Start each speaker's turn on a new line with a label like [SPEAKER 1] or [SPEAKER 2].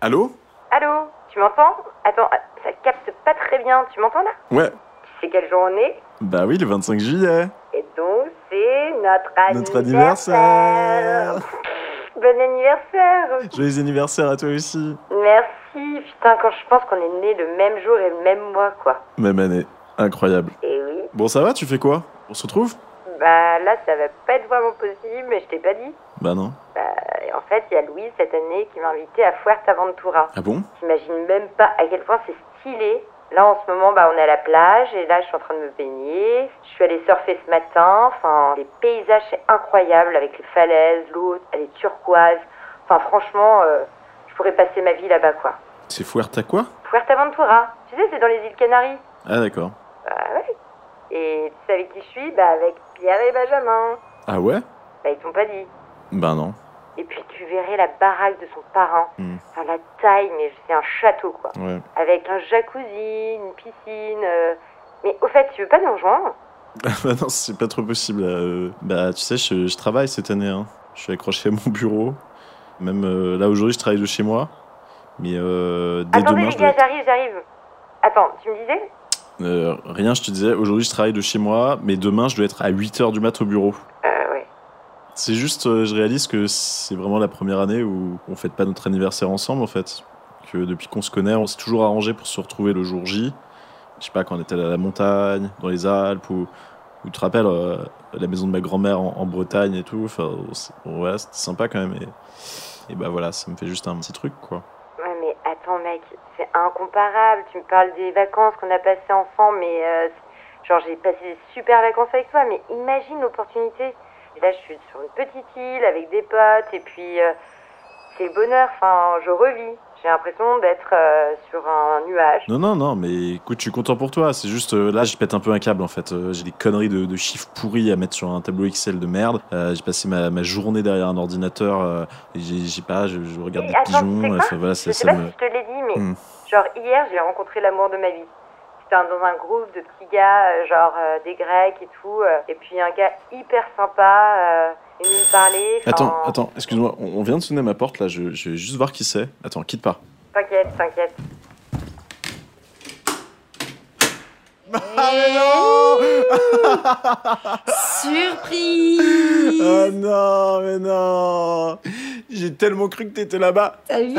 [SPEAKER 1] Allô
[SPEAKER 2] Allô, tu m'entends Attends, ah, ça capte pas très bien, tu m'entends là
[SPEAKER 1] Ouais.
[SPEAKER 2] C'est quelle journée
[SPEAKER 1] Bah oui, le 25 juillet.
[SPEAKER 2] Et donc c'est notre anniversaire
[SPEAKER 1] Notre anniversaire.
[SPEAKER 2] Bon anniversaire
[SPEAKER 1] Joyeux anniversaire à toi aussi.
[SPEAKER 2] Merci, putain, quand je pense qu'on est nés le même jour et le même mois, quoi.
[SPEAKER 1] Même année. Incroyable.
[SPEAKER 2] Et oui,
[SPEAKER 1] Bon, ça va, tu fais quoi On se retrouve
[SPEAKER 2] bah là, ça va pas être vraiment possible, mais je t'ai pas dit.
[SPEAKER 1] Bah non.
[SPEAKER 2] Bah, et en fait, il y a Louise cette année qui m'a invité à Fuerteventura.
[SPEAKER 1] Ah bon
[SPEAKER 2] J'imagine même pas à quel point c'est stylé. Là, en ce moment, bah, on est à la plage et là, je suis en train de me baigner. Je suis allée surfer ce matin. Enfin, les paysages, c'est incroyable avec les falaises, l'eau, elle est turquoise. Enfin, franchement, euh, je pourrais passer ma vie là-bas, quoi.
[SPEAKER 1] C'est Fuerte à quoi
[SPEAKER 2] Fuerteventura, tu sais, c'est dans les îles Canaries.
[SPEAKER 1] Ah d'accord.
[SPEAKER 2] Bah ouais. Et tu sais avec qui je suis Bah avec Pierre et Benjamin.
[SPEAKER 1] Ah ouais
[SPEAKER 2] Bah ils t'ont pas dit.
[SPEAKER 1] Bah non.
[SPEAKER 2] Et puis tu verrais la baraque de son parrain.
[SPEAKER 1] Hmm.
[SPEAKER 2] Enfin la taille, mais c'est un château quoi.
[SPEAKER 1] Ouais.
[SPEAKER 2] Avec un jacuzzi, une piscine. euh. Mais au fait, tu veux pas nous rejoindre
[SPEAKER 1] bah non, c'est pas trop possible. là, euh. Bah tu sais, je, je travaille cette année. hein. Je suis accroché à mon bureau. Même euh, là aujourd'hui, je travaille de chez moi. Mais euh, dès
[SPEAKER 2] Attendez
[SPEAKER 1] demain,
[SPEAKER 2] les
[SPEAKER 1] je
[SPEAKER 2] gars,
[SPEAKER 1] dois-
[SPEAKER 2] j'arrive, j'arrive. Attends, tu me disais
[SPEAKER 1] Euh, rien, je te disais, aujourd'hui je travaille de chez moi, mais demain je dois être à 8h du mat au bureau.
[SPEAKER 2] Euh ouais.
[SPEAKER 1] C'est juste, euh, je réalise que c'est vraiment la première année où on fête pas notre anniversaire ensemble en fait. Que depuis qu'on se connaît, on s'est toujours arrangé pour se retrouver le jour J. Je sais pas, quand on était à la montagne, dans les Alpes, ou, ou tu te rappelles, euh, la maison de ma grand-mère en, en Bretagne et tout. Enfin, c'est- bon, voilà, c'était sympa quand même. Et, et bah voilà, ça me fait juste un petit truc quoi.
[SPEAKER 2] Ouais mais attends mec, c'est incomparable. Tu me parles des vacances qu'on a passées ensemble, mais euh, genre j'ai passé des super vacances avec toi, mais imagine l'opportunité. Et Là je suis sur une petite île avec des potes et puis euh, c'est le bonheur. Enfin je revis. J'ai l'impression d'être euh, sur un nuage.
[SPEAKER 1] Non, non, non, mais écoute, je suis content pour toi. C'est juste, euh, là, je pète un peu un câble, en fait. Euh, j'ai des conneries de, de chiffres pourris à mettre sur un tableau Excel de merde. Euh, j'ai passé ma, ma journée derrière un ordinateur. euh, et j'ai, j'ai pas, je, je regarde
[SPEAKER 2] Oui,
[SPEAKER 1] des
[SPEAKER 2] attends,
[SPEAKER 1] pigeons.
[SPEAKER 2] tu sais
[SPEAKER 1] euh,
[SPEAKER 2] quoi
[SPEAKER 1] Enfin, voilà,
[SPEAKER 2] Je
[SPEAKER 1] ça,
[SPEAKER 2] sais
[SPEAKER 1] ça
[SPEAKER 2] pas
[SPEAKER 1] me...
[SPEAKER 2] si je te l'ai dit, mais
[SPEAKER 1] Hmm.
[SPEAKER 2] genre hier j'ai rencontré l'amour de ma vie. C'était un- dans un groupe de petits gars, euh, genre euh, des Grecs et tout, euh, et puis un gars hyper sympa, euh, il nous parlait. enfin,
[SPEAKER 1] Attends, attends, excuse-moi, on, on vient de sonner à ma porte, là. Je, je vais juste voir qui c'est. Attends, quitte pas.
[SPEAKER 2] T'inquiète, t'inquiète.
[SPEAKER 1] Ah, mais non
[SPEAKER 3] Surprise
[SPEAKER 1] Oh non, mais non J'ai tellement cru que t'étais là-bas.
[SPEAKER 3] T'as vu